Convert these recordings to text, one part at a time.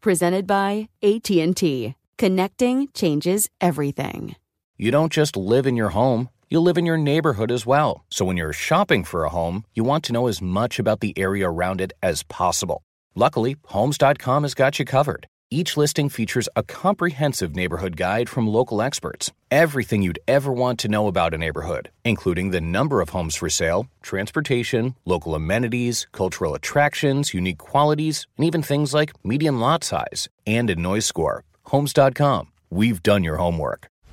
Presented by AT&T. Connecting changes everything. You don't just live in your home, you live in your neighborhood as well. So when you're shopping for a home, you want to know as much about the area around it as possible. Luckily, Homes.com has got you covered. Each listing features a comprehensive neighborhood guide from local experts. Everything you'd ever want to know about a neighborhood, including the number of homes for sale, transportation, local amenities, cultural attractions, unique qualities, and even things like median lot size and a noise score. Homes.com. We've done your homework.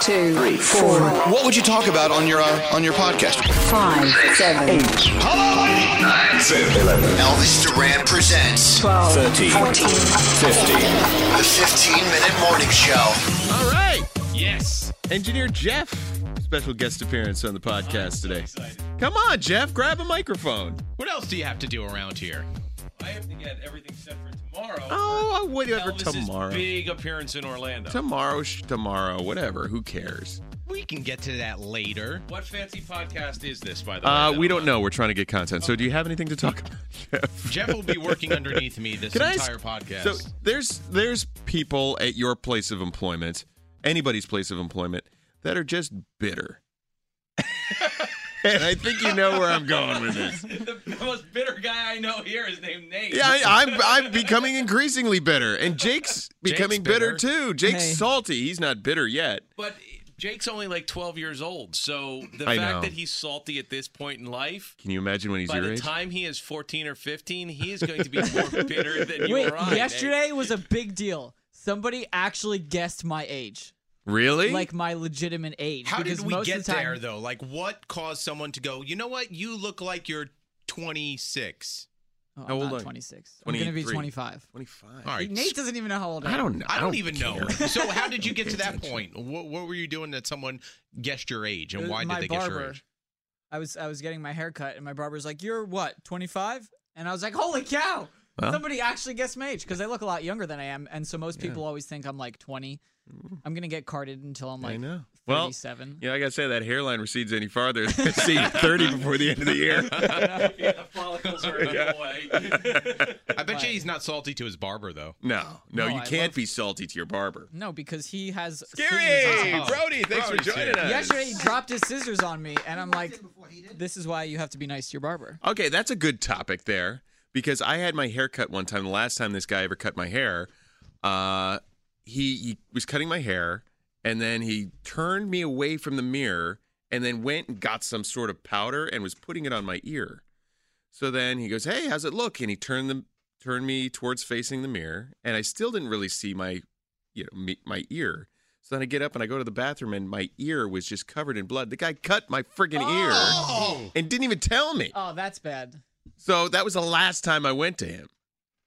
two, three, four. What would you talk about on your uh, on your podcast? Five, seven, eight, Hello, nine, seven, eleven. Elvis Duran presents 12, 13, 15. 14, the 15 Minute Morning Show. All right. Yes. Engineer Jeff, special guest appearance on the podcast today. Come on, Jeff, grab a microphone. What else do you have to do around here? I have to get everything set for tomorrow. Oh, whatever. Elvis's Tomorrow. Big appearance in Orlando. Tomorrow, sh- tomorrow, whatever. Who cares? We can get to that later. what fancy podcast is this, by the way? Uh, that we I'm don't on? know. We're trying to get content. So, do you have anything to talk about, Jeff? Jeff will be working underneath me this Can I entire ask- podcast. So there's there's people at your place of employment, anybody's place of employment, that are just bitter. and I think you know where I'm going with this. the most bitter guy I know here is named Nate. Yeah, I, I'm I'm becoming increasingly bitter, and Jake's becoming bitter. bitter. too. Jake's salty. He's not bitter yet. But Jake's only like 12 years old, so the I fact know. that he's salty at this point in life. Can you imagine when he's By your the age? time he is 14 or 15, he is going to be more bitter than you Wait, or I. yesterday was a big deal. Somebody actually guessed my age, really? like my legitimate age. How because did we most get of the time, there though? Like what caused someone to go, "You know what? You look like you're 26." Oh, I'm How old not are you? 26. I'm gonna be 23. 25. Twenty-five. All right. Nate doesn't even know how old I am. I don't know. I don't even know. care. So how did you get pay to that attention. point? What, what were you doing that someone guessed your age It and was why did Uh, my they guess your barber. age? I was I was getting my hair cut, and my barber's like, "You're what, 25?" And I was like, "Holy cow!" Well. Somebody actually guessed my age because I look a Mm. lot younger than I am, and so most people always think I'm like 20. I'm gonna get carded until I'm I like know. Well, 37. Yeah, like I said, that hairline recedes any farther. See, 30 before the end of the year. follicles are away. I bet you he's not salty to his barber though. No, no, No, you I can't be salty to your barber. No, because he has Scary! scissors on. Brody, thanks for Brody's joining here. us. Yesterday he dropped his scissors on me, and I'm like, "This is why you have to be nice to your barber." Okay, that's a good topic there because I had my hair cut one time. The last time this guy ever cut my hair, uh, he, he was cutting my hair and then he turned me away from the mirror and then went and got some sort of powder and was putting it on my ear. So then he goes, "Hey, how's it look?" And he turned the turned me towards facing the mirror, and I still didn't really see my, you know, me, my ear. So then I get up and I go to the bathroom, and my ear was just covered in blood. The guy cut my friggin' ear and didn't even tell me. Oh, that's bad. So that was the last time I went to him.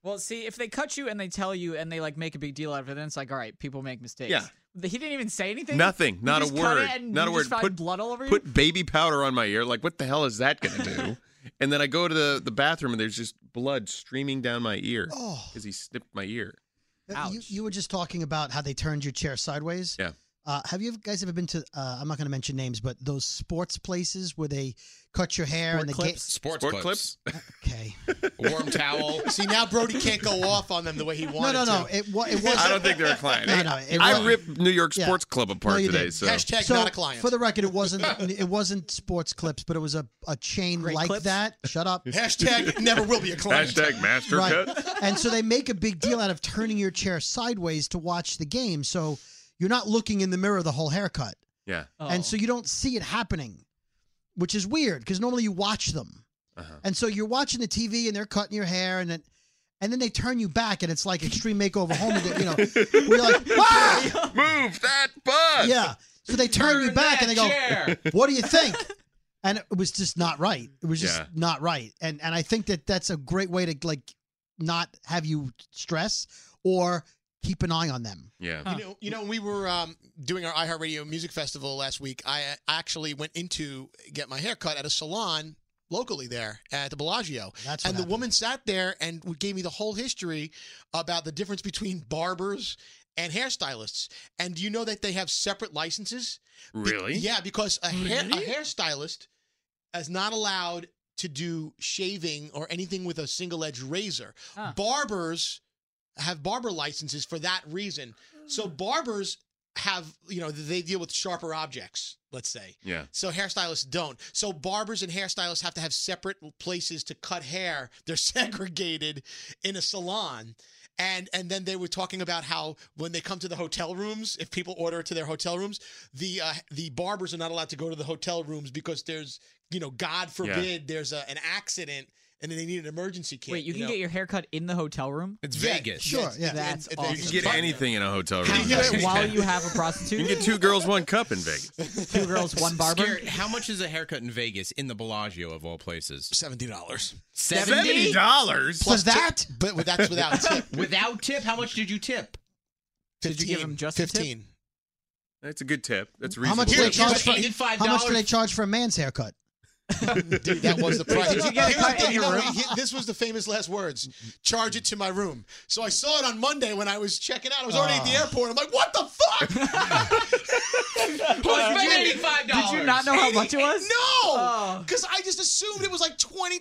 Well, see, if they cut you and they tell you and they like make a big deal out of it, then it's like, all right, people make mistakes. Yeah. He didn't even say anything. Nothing, You not a just cut word, it and not you a word. Just found Put- blood all over you. Put baby powder on my ear. Like, what the hell is that going to do? and then I go to the, the bathroom, and there's just blood streaming down my ear Oh. because he snipped my ear. You, you were just talking about how they turned your chair sideways. Yeah. Uh, have you guys ever been to? Uh, I'm not going to mention names, but those sports places where they cut your hair and the ga- Sports Sport clips. Okay. A warm towel. Oh, See, now Brody can't go off on them the way he No, wanted no, no. to. It, wa- it was. I don't think they're a client. No, no, it I wasn't. ripped New York Yeah. Sports Club apart No, you today. did. So So, For the record, it wasn't it wasn't sports clips, but it was a, a chain like clips? that. Shut up. Hashtag never will be a client. Hashtag master right. cut. and so they make a big deal out of turning your chair sideways to watch the game. So you're not looking in the mirror the whole haircut. Yeah. And so you don't see it happening, which is weird because normally you watch them. Uh-huh. And so you're watching the TV and they're cutting your hair and then and then they turn you back and it's like extreme makeover home again, you know. We're like, Oh. "Ah!" Move that butt. Yeah. So they turn, you back and they go, chair. "What do you think?" And it was just not right. It was just Yeah. not right. And and I think that that's a great way to like not have you stress or keep an eye on them. Yeah. You know, you know, we were um, doing our iHeartRadio Music Festival last week. I uh, actually went in to get my hair cut at a salon locally there at the Bellagio. That's and the woman sat there and w- gave me the whole history about the difference between barbers and hairstylists. And do you know that they have separate licenses? Be- Really? yeah, because a, hair, Really? a hairstylist is not allowed to do shaving or anything with a single edged razor. Barbers have barber licenses for that reason. So barbers have, you know, they deal with sharper objects, let's say. Yeah. So hairstylists don't. So barbers and hairstylists have to have separate places to cut hair. They're segregated in a salon. And and then they were talking about how when they come to the hotel rooms, if people order to their hotel rooms, the uh, the barbers are not allowed to go to the hotel rooms because there's you know God forbid there's a, an accident and then they need an emergency kit. Wait, you, can know? get your hair cut in the hotel room? It's Yeah, Vegas. sure, yeah. That's It's- awesome. You can get anything in a hotel room. Can you do it while Yeah. you have a You prostitute? can get two girls, one cup in Vegas. two girls, one barber. Scary. How much is a haircut in Vegas in the Bellagio of all places? Seventy dollars. Seventy dollars. Plus that, but that's without tip. Without tip, how much did you tip? Did you give 15, him just a tip? 15. That's a good tip. That's How reasonable. much do they charge for? $85 How much do they charge for a man's haircut? Dude, that was the Did price. you get a Here's the cut in thing, your no, room? he- This was the famous last words. Charge it to my room. So I saw it on Monday when I was checking out. I was already at the Ah. Oh. airport. I'm like, what the fuck? Who's paying $85? Did you not know how much it was? No, Oh. because I just assumed it was like 20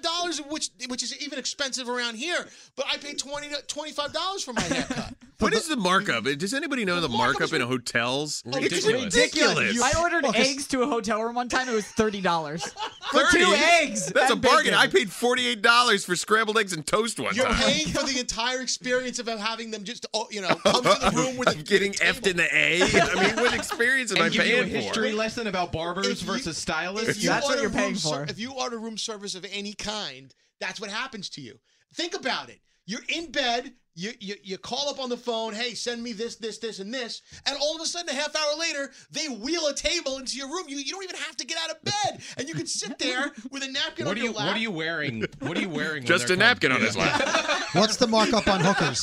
dollars, which which is even expensive around here. But I paid 20 dollars for my haircut. What is the markup? Does anybody know the markup in hotels? Ridiculous. It's ridiculous. I ordered Well, 'cause- eggs to a hotel room one time. It was thirty dollars for 30? two eggs. That's a and bargain. bacon. I paid forty-eight dollars for scrambled eggs and toast one You're time. paying for the entire experience of having them just, oh, you know, come to the room with I'm getting effed in the A. I mean, what experience am and I give paying you a history for? lesson about barbers versus stylists. If you order room ser- if you order room service of any kind, that's what happens to you. Think about it. You're in bed. You, you, you call up on the phone, hey, send me this, this, this, and this. And all of a sudden, a half hour later, they wheel a table into your room. You, you don't even have to get out of bed. And you can sit there with a napkin what on are your you? lap. What are you wearing? What are you wearing? when Just they're a napkin on coming? his lap. What's the markup on hookers?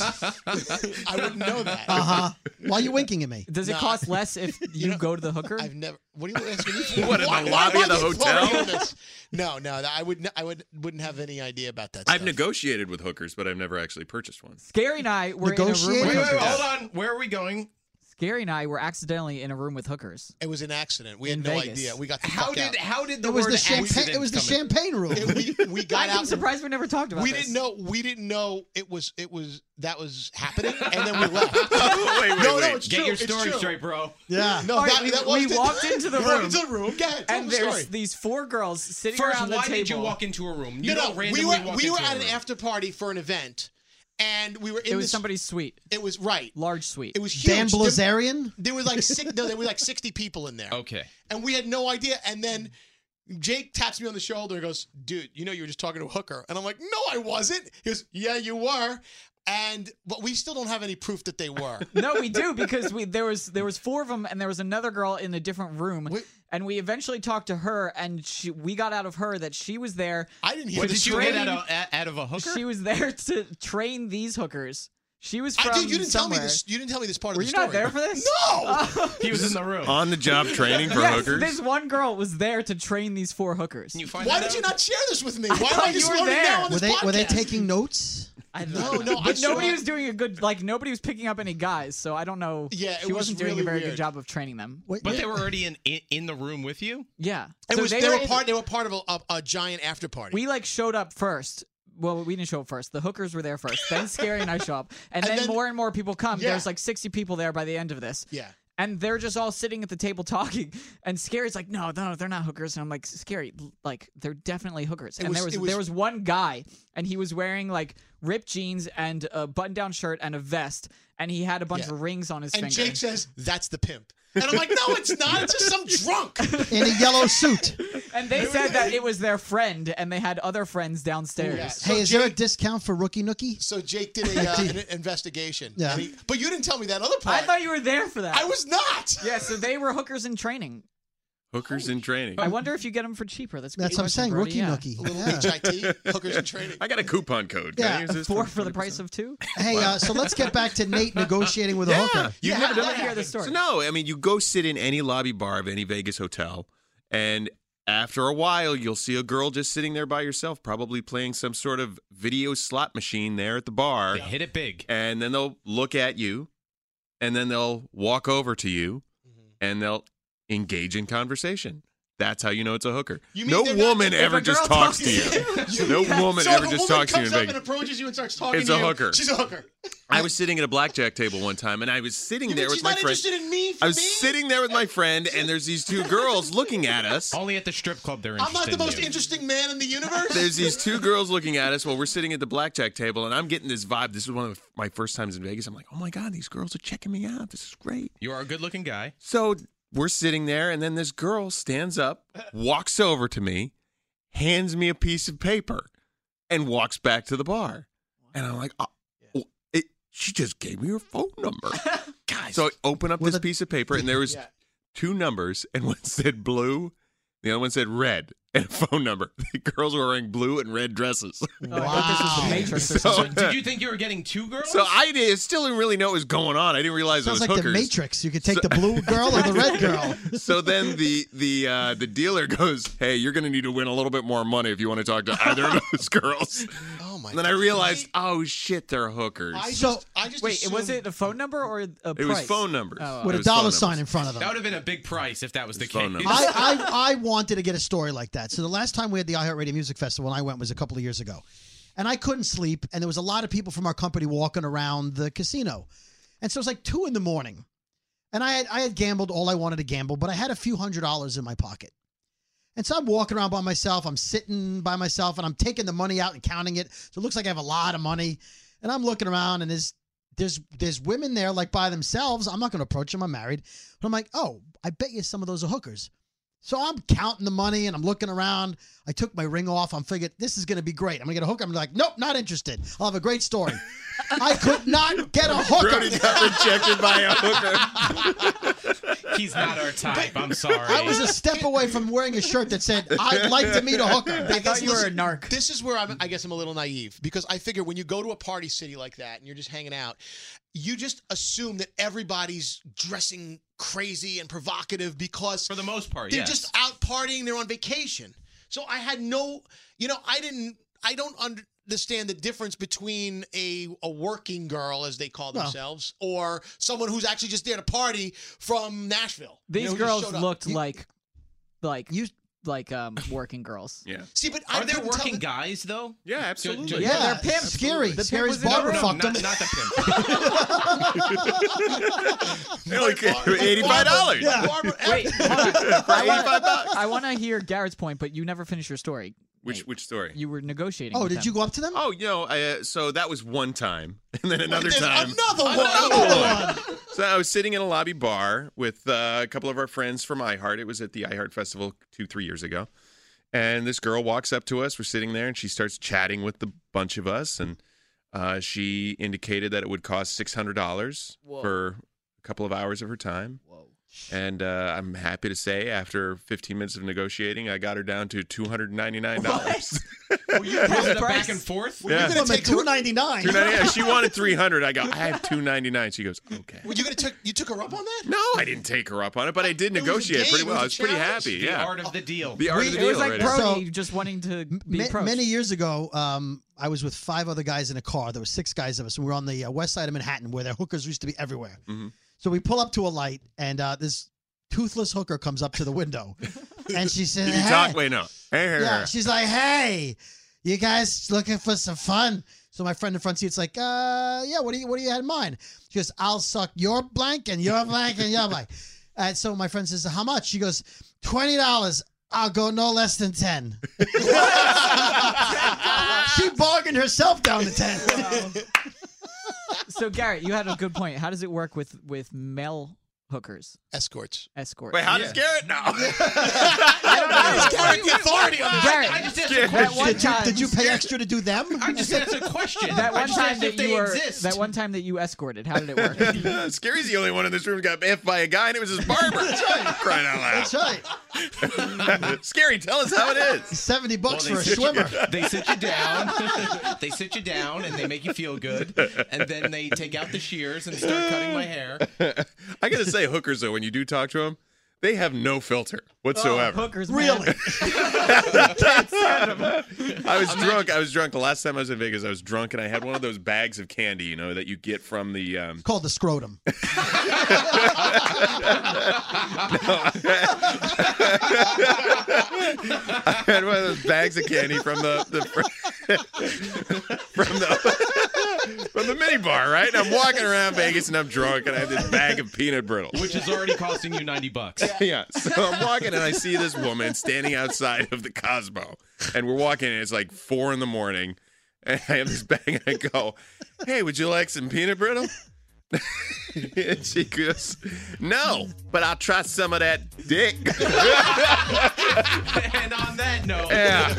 I wouldn't know that. Uh Uh-huh. huh. Why are you winking at me? Does it Nah. cost less if you, go to the hooker? I've never. What are you asking me for? What, in the Why- why lobby of am I the getting flown hotel? on this? No, no, I wouldn't. I would wouldn't have any idea about that. I've stuff. negotiated with hookers, but I've never actually purchased one. Gary and I were in a room. Negotiating? with Wait, wait, hookers. hold on. Where are we going? Gary and I were accidentally in a room with hookers. It was an accident. We In had no Vegas. idea. We got the How fuck did- out. how did the It was word the champagne- accident it was the come in? champagne room. we, we got I'm out. surprised we never talked about we this. didn't know. We didn't know it was. It was that was happening, and then we left. wait, no, wait. no, it's Get true, your it's story true. straight, bro. Yeah. No, All right, that, we, that we was the- walked into the We room. walked into the room. Go ahead, tell and the there's story. these four girls sitting First, around the why table. did you walk into a room? You no, don't no, we randomly were walk we into were a at an room. after party for an event, and we were in It was this- somebody's suite. It was right, large suite. It was huge. Dan Blazarian? There, there were like six, no, there were like sixty people in there. Okay. and we had no idea. And then Jake taps me on the shoulder and goes, "Dude, you know you were just talking to a hooker." And I'm like, "No, I wasn't." He goes, "Yeah, you were." And but we still don't have any proof that they were. no, we do because we there was there was four of them and there was another girl in a different room. and we eventually talked to her and she, we got out of her that she was there. I didn't What did you get out of, out- out of a hooker? She was there to train these hookers. She was from I, dude, you didn't somewhere. tell me this. You didn't tell me this part Were of you the not story. there for this? No. he was in the room. On the job training for yes, hookers. this one girl was there to train these four hookers. You find Why did you not share this with me? I Why am thought I just you were learning there. now on Were this they podcast? were they taking notes? I don't No, know. no, I but saw nobody it. was doing a good like nobody was picking up any guys, so I don't know. Yeah, it she was wasn't doing really a very weird. good job of training them. But they were already in, in in the room with you. Yeah, It So was, they, were in- part. They were part of a, a, a giant after party. We like showed up first. Well, we didn't show up first. The hookers were there first. Then Scary and I show up, and, And then, then- more and more people come. Yeah. There's like 60 people there by the end of this. yeah. And they're just all sitting at the table talking, and Scary's like, "No, no, they're not hookers." And I'm like, "Scary, l- like they're definitely hookers." It And was- there was, it was- there was one guy, and he was wearing like ripped jeans and a button-down shirt and a vest, and he had a bunch Yeah. of rings on his And finger. Jake says that's the pimp, and I'm like, no, it's not. It's just some drunk. In a yellow suit. and they said that it was their friend, and they had other friends downstairs. Yeah. So hey, is Jake, there a discount for rookie nookie? so Jake did a, uh, an investigation. Yeah. and he- but you didn't tell me that other part. I thought you were there for that. I was not. Yeah, so they were hookers in training. Hookers in training. I wonder if you get them for cheaper. That's a That's great what I'm question, saying. Rookie Brody, yeah. nookie. Um, A little Yeah. HIT, hookers in training. I got a coupon code. Can I Yeah, use this Four for the price of two. Hey, uh, so let's get back to Nate negotiating Oh, with a hooker. You've Yeah, never done that that hear this So story. no, I mean you go sit in any lobby bar of any Vegas hotel, and after a while you'll see a girl just sitting there by herself, probably playing some sort of video slot machine there at the bar, They hit it big. and then they'll look at you, and then they'll walk over to you, Mm-hmm. and they'll engage in conversation. That's how you know it's a hooker. You mean no they're not- woman if a ever just girl talks to you. no woman so if ever a woman just talks to you comes in up Vegas. and approaches you and starts talking It's to a you. hooker. She's a hooker. I was sitting at a blackjack table one time, and I was sitting You mean there she's with my not friend. interested in me for I was me? sitting there with my friend, and there's these two girls looking at us. Only at the strip club they're I'm interested. not the most in you. interesting man in the universe. There's these two girls looking at us while we're sitting at the blackjack table, and I'm getting this vibe. This is one of my first times in Vegas. I'm like, oh my god, these girls are checking me out. This is great. You are a good-looking guy. So we're sitting there, and then this girl stands up, walks over to me, hands me a piece of paper, and walks back to the bar. And I'm like, oh, oh, it, she just gave me her phone number. Guys. So I open up this piece of paper, and there was two numbers, and one said blue, the other one said red, and a phone number. The girls were wearing blue and red dresses. Oh, I thought this was the Wow. Matrix or Ah. So- something. Did you think you were getting two girls? So I did, still didn't really know what was going on. I didn't realize Sounds it was like the hookers. Matrix. You could take the blue girl or the red girl. So then the the uh, the dealer goes, "Hey, you're going to need to win a little bit more money if you want to talk to either of those girls." oh my. And then I realized, oh shit, they're hookers. I just, So- I just Wait, was assumed- it a phone number or a price? it was phone numbers. Oh, It With a was phone dollar numbers. sign in front of them. That would have been a big price if that was the His phone case. number. I, I, I wanted to get a story like that. So the last time we had the iHeartRadio Music Festival, and I went was a couple of years ago, and I couldn't sleep, and there was a lot of people from our company walking around the casino, and so it was like two in the morning, and I had I had gambled all I wanted to gamble, but I had a few hundred dollars in my pocket, and so I'm walking around by myself, I'm sitting by myself, and I'm taking the money out and counting it, so it looks like I have a lot of money, and I'm looking around, and there's there's there's women there like by themselves. I'm not going to approach them. I'm married, but I'm like, oh, I bet you some of those are hookers. So I'm counting the money and I'm looking around. I took my ring off. I'm figured this is going to be great. I'm going to get a hooker. I'm like, nope, not interested. I'll have a great story. I could not get a Brody hooker. got rejected by a hooker. He's not our type. I'm sorry. I was a step away from wearing a shirt that said, I'd like to meet a hooker. I thought you were a Listen, narc. This is where I'm, I guess I'm a little naive because I figure when you go to a party city like that and you're just hanging out, you just assume that everybody's dressing crazy and provocative because for the most part. they're yes. just out partying. They're on vacation. So I had no, you know, I didn't, I don't under, understand the difference between a a working girl, as they call Well. themselves, or someone who's actually just there to party from Nashville. You These know, who just girls showed up. looked like, like you, like um, working girls. Yeah. See, but I Are there couldn't tell working the- guys though? Yeah, absolutely. Yeah, they're pimps. Scary. The Scary's pimp was in barber the fucked room, him. not- They're like eighty-five dollars. Wait, hold on. I wanna- I want to hear Garrett's point, but you never finished your story. Which which story? You were negotiating. with them. go up to them? Oh, you know, I, uh, so that was one time, and then another There's time, Another one. So I was sitting in a lobby bar with uh, a couple of our friends from iHeart. It was at the iHeart Festival two, three years ago. And this girl walks up to us. We're sitting there, and she starts chatting with the bunch of us. And uh, she indicated that it would cost six hundred dollars Whoa. for a couple of hours of her time. Whoa. And uh, I'm happy to say, after 15 minutes of negotiating, I got her down to $299. Was it a back and forth? Were you Yeah. gonna Put him at two ninety nine. $299. She wanted 300. I go, I have 299. She goes, okay. Well, you gonna took you took her up on that? No, I didn't take her up on it, but I did was a negotiate game, pretty it was a well. I was pretty challenge. happy. The Yeah. art of the deal. The art of the it deal. was like right Brody just wanting to be Ma- approached. many years ago, um, I was with five other guys in a car. There were six guys of us, and we were on the uh, west side of Manhattan, where the hookers used to be everywhere. Mhm. So we pull up to a light, and uh, this toothless hooker comes up to the window, and she says, Did you "Hey." talk? Wait, no. Hey, hey, Yeah, hey. she's like, "Hey, you guys looking for some fun?" So my friend in front seat's like, "Uh, yeah, what do you what do you have in mind?" She goes, "I'll suck your blank and your blank and your blank." And so my friend says, "How much?" She goes, 20 dollars. I'll go no less than ten. she bargained herself down to ten. so Garrett, you had a good point. How does it work with with male hookers? Escorts. Escorts. Wait, how does Garrett know? Who's carrying the authority on this? Garrett, I just asked a Garrett, that one question. Did you, time, did you pay extra to do them? I just asked a question. that I one just time asked that if they you were exist. that one time that you escorted. How did it work? Scary's the only one in this room who got effed by a guy, and it was his barber. Crying out That's right. loud. Scary, tell us how it is. Seventy bucks for Well, a they sit you- swimmer. they sit you down. they sit you down and they make you feel good. And then they take out the shears and start cutting my hair. I gotta say, hookers though, when you do talk to them, they have no filter whatsoever. hookers, Really? I was drunk. I was drunk. The last time I was in Vegas, I was drunk, and I had one of those bags of candy, you know, that you get from the. Um, Called the scrotum. I had one of those bags of candy from the, the from the from the mini bar, right? And I'm walking around Vegas and I'm drunk and I have this bag of peanut brittle. Which is already costing you 90 bucks. Yeah. So I'm walking and I see this woman standing outside of the Cosmo. And we're walking and it's like four in the morning. And I have this bag and I go, Hey, would you like some peanut brittle? and she goes, No, but I'll try some of that dick. And on that note, Yeah.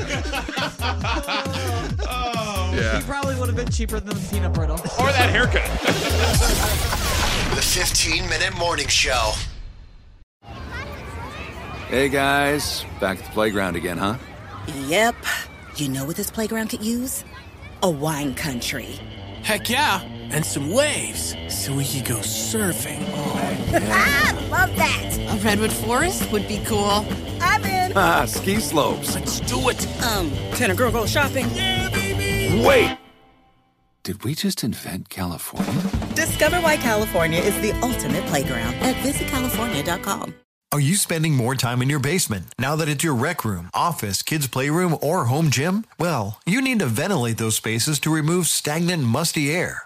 oh, Yeah. He probably would have been cheaper than the peanut brittle. Or that haircut. The 15 Minute Morning Show. Hey guys, back at the playground again, huh? Yep. You know what this playground could use? A wine country. Heck yeah, and some waves so we could go surfing. Ah, love that. A redwood forest would be cool. I'm in. Ah, ski slopes. Let's do it. Um, can a girl go shopping? Yeah, baby. Wait! Did we just invent California? Discover why California is the ultimate playground at visitcalifornia.com. Are you spending more time in your basement now that it's your rec room, office, kids' playroom, or home gym? Well, you need to ventilate those spaces to remove stagnant, musty air.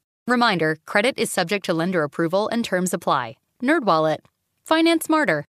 Reminder credit is subject to lender approval and terms apply. NerdWallet. Finance smarter.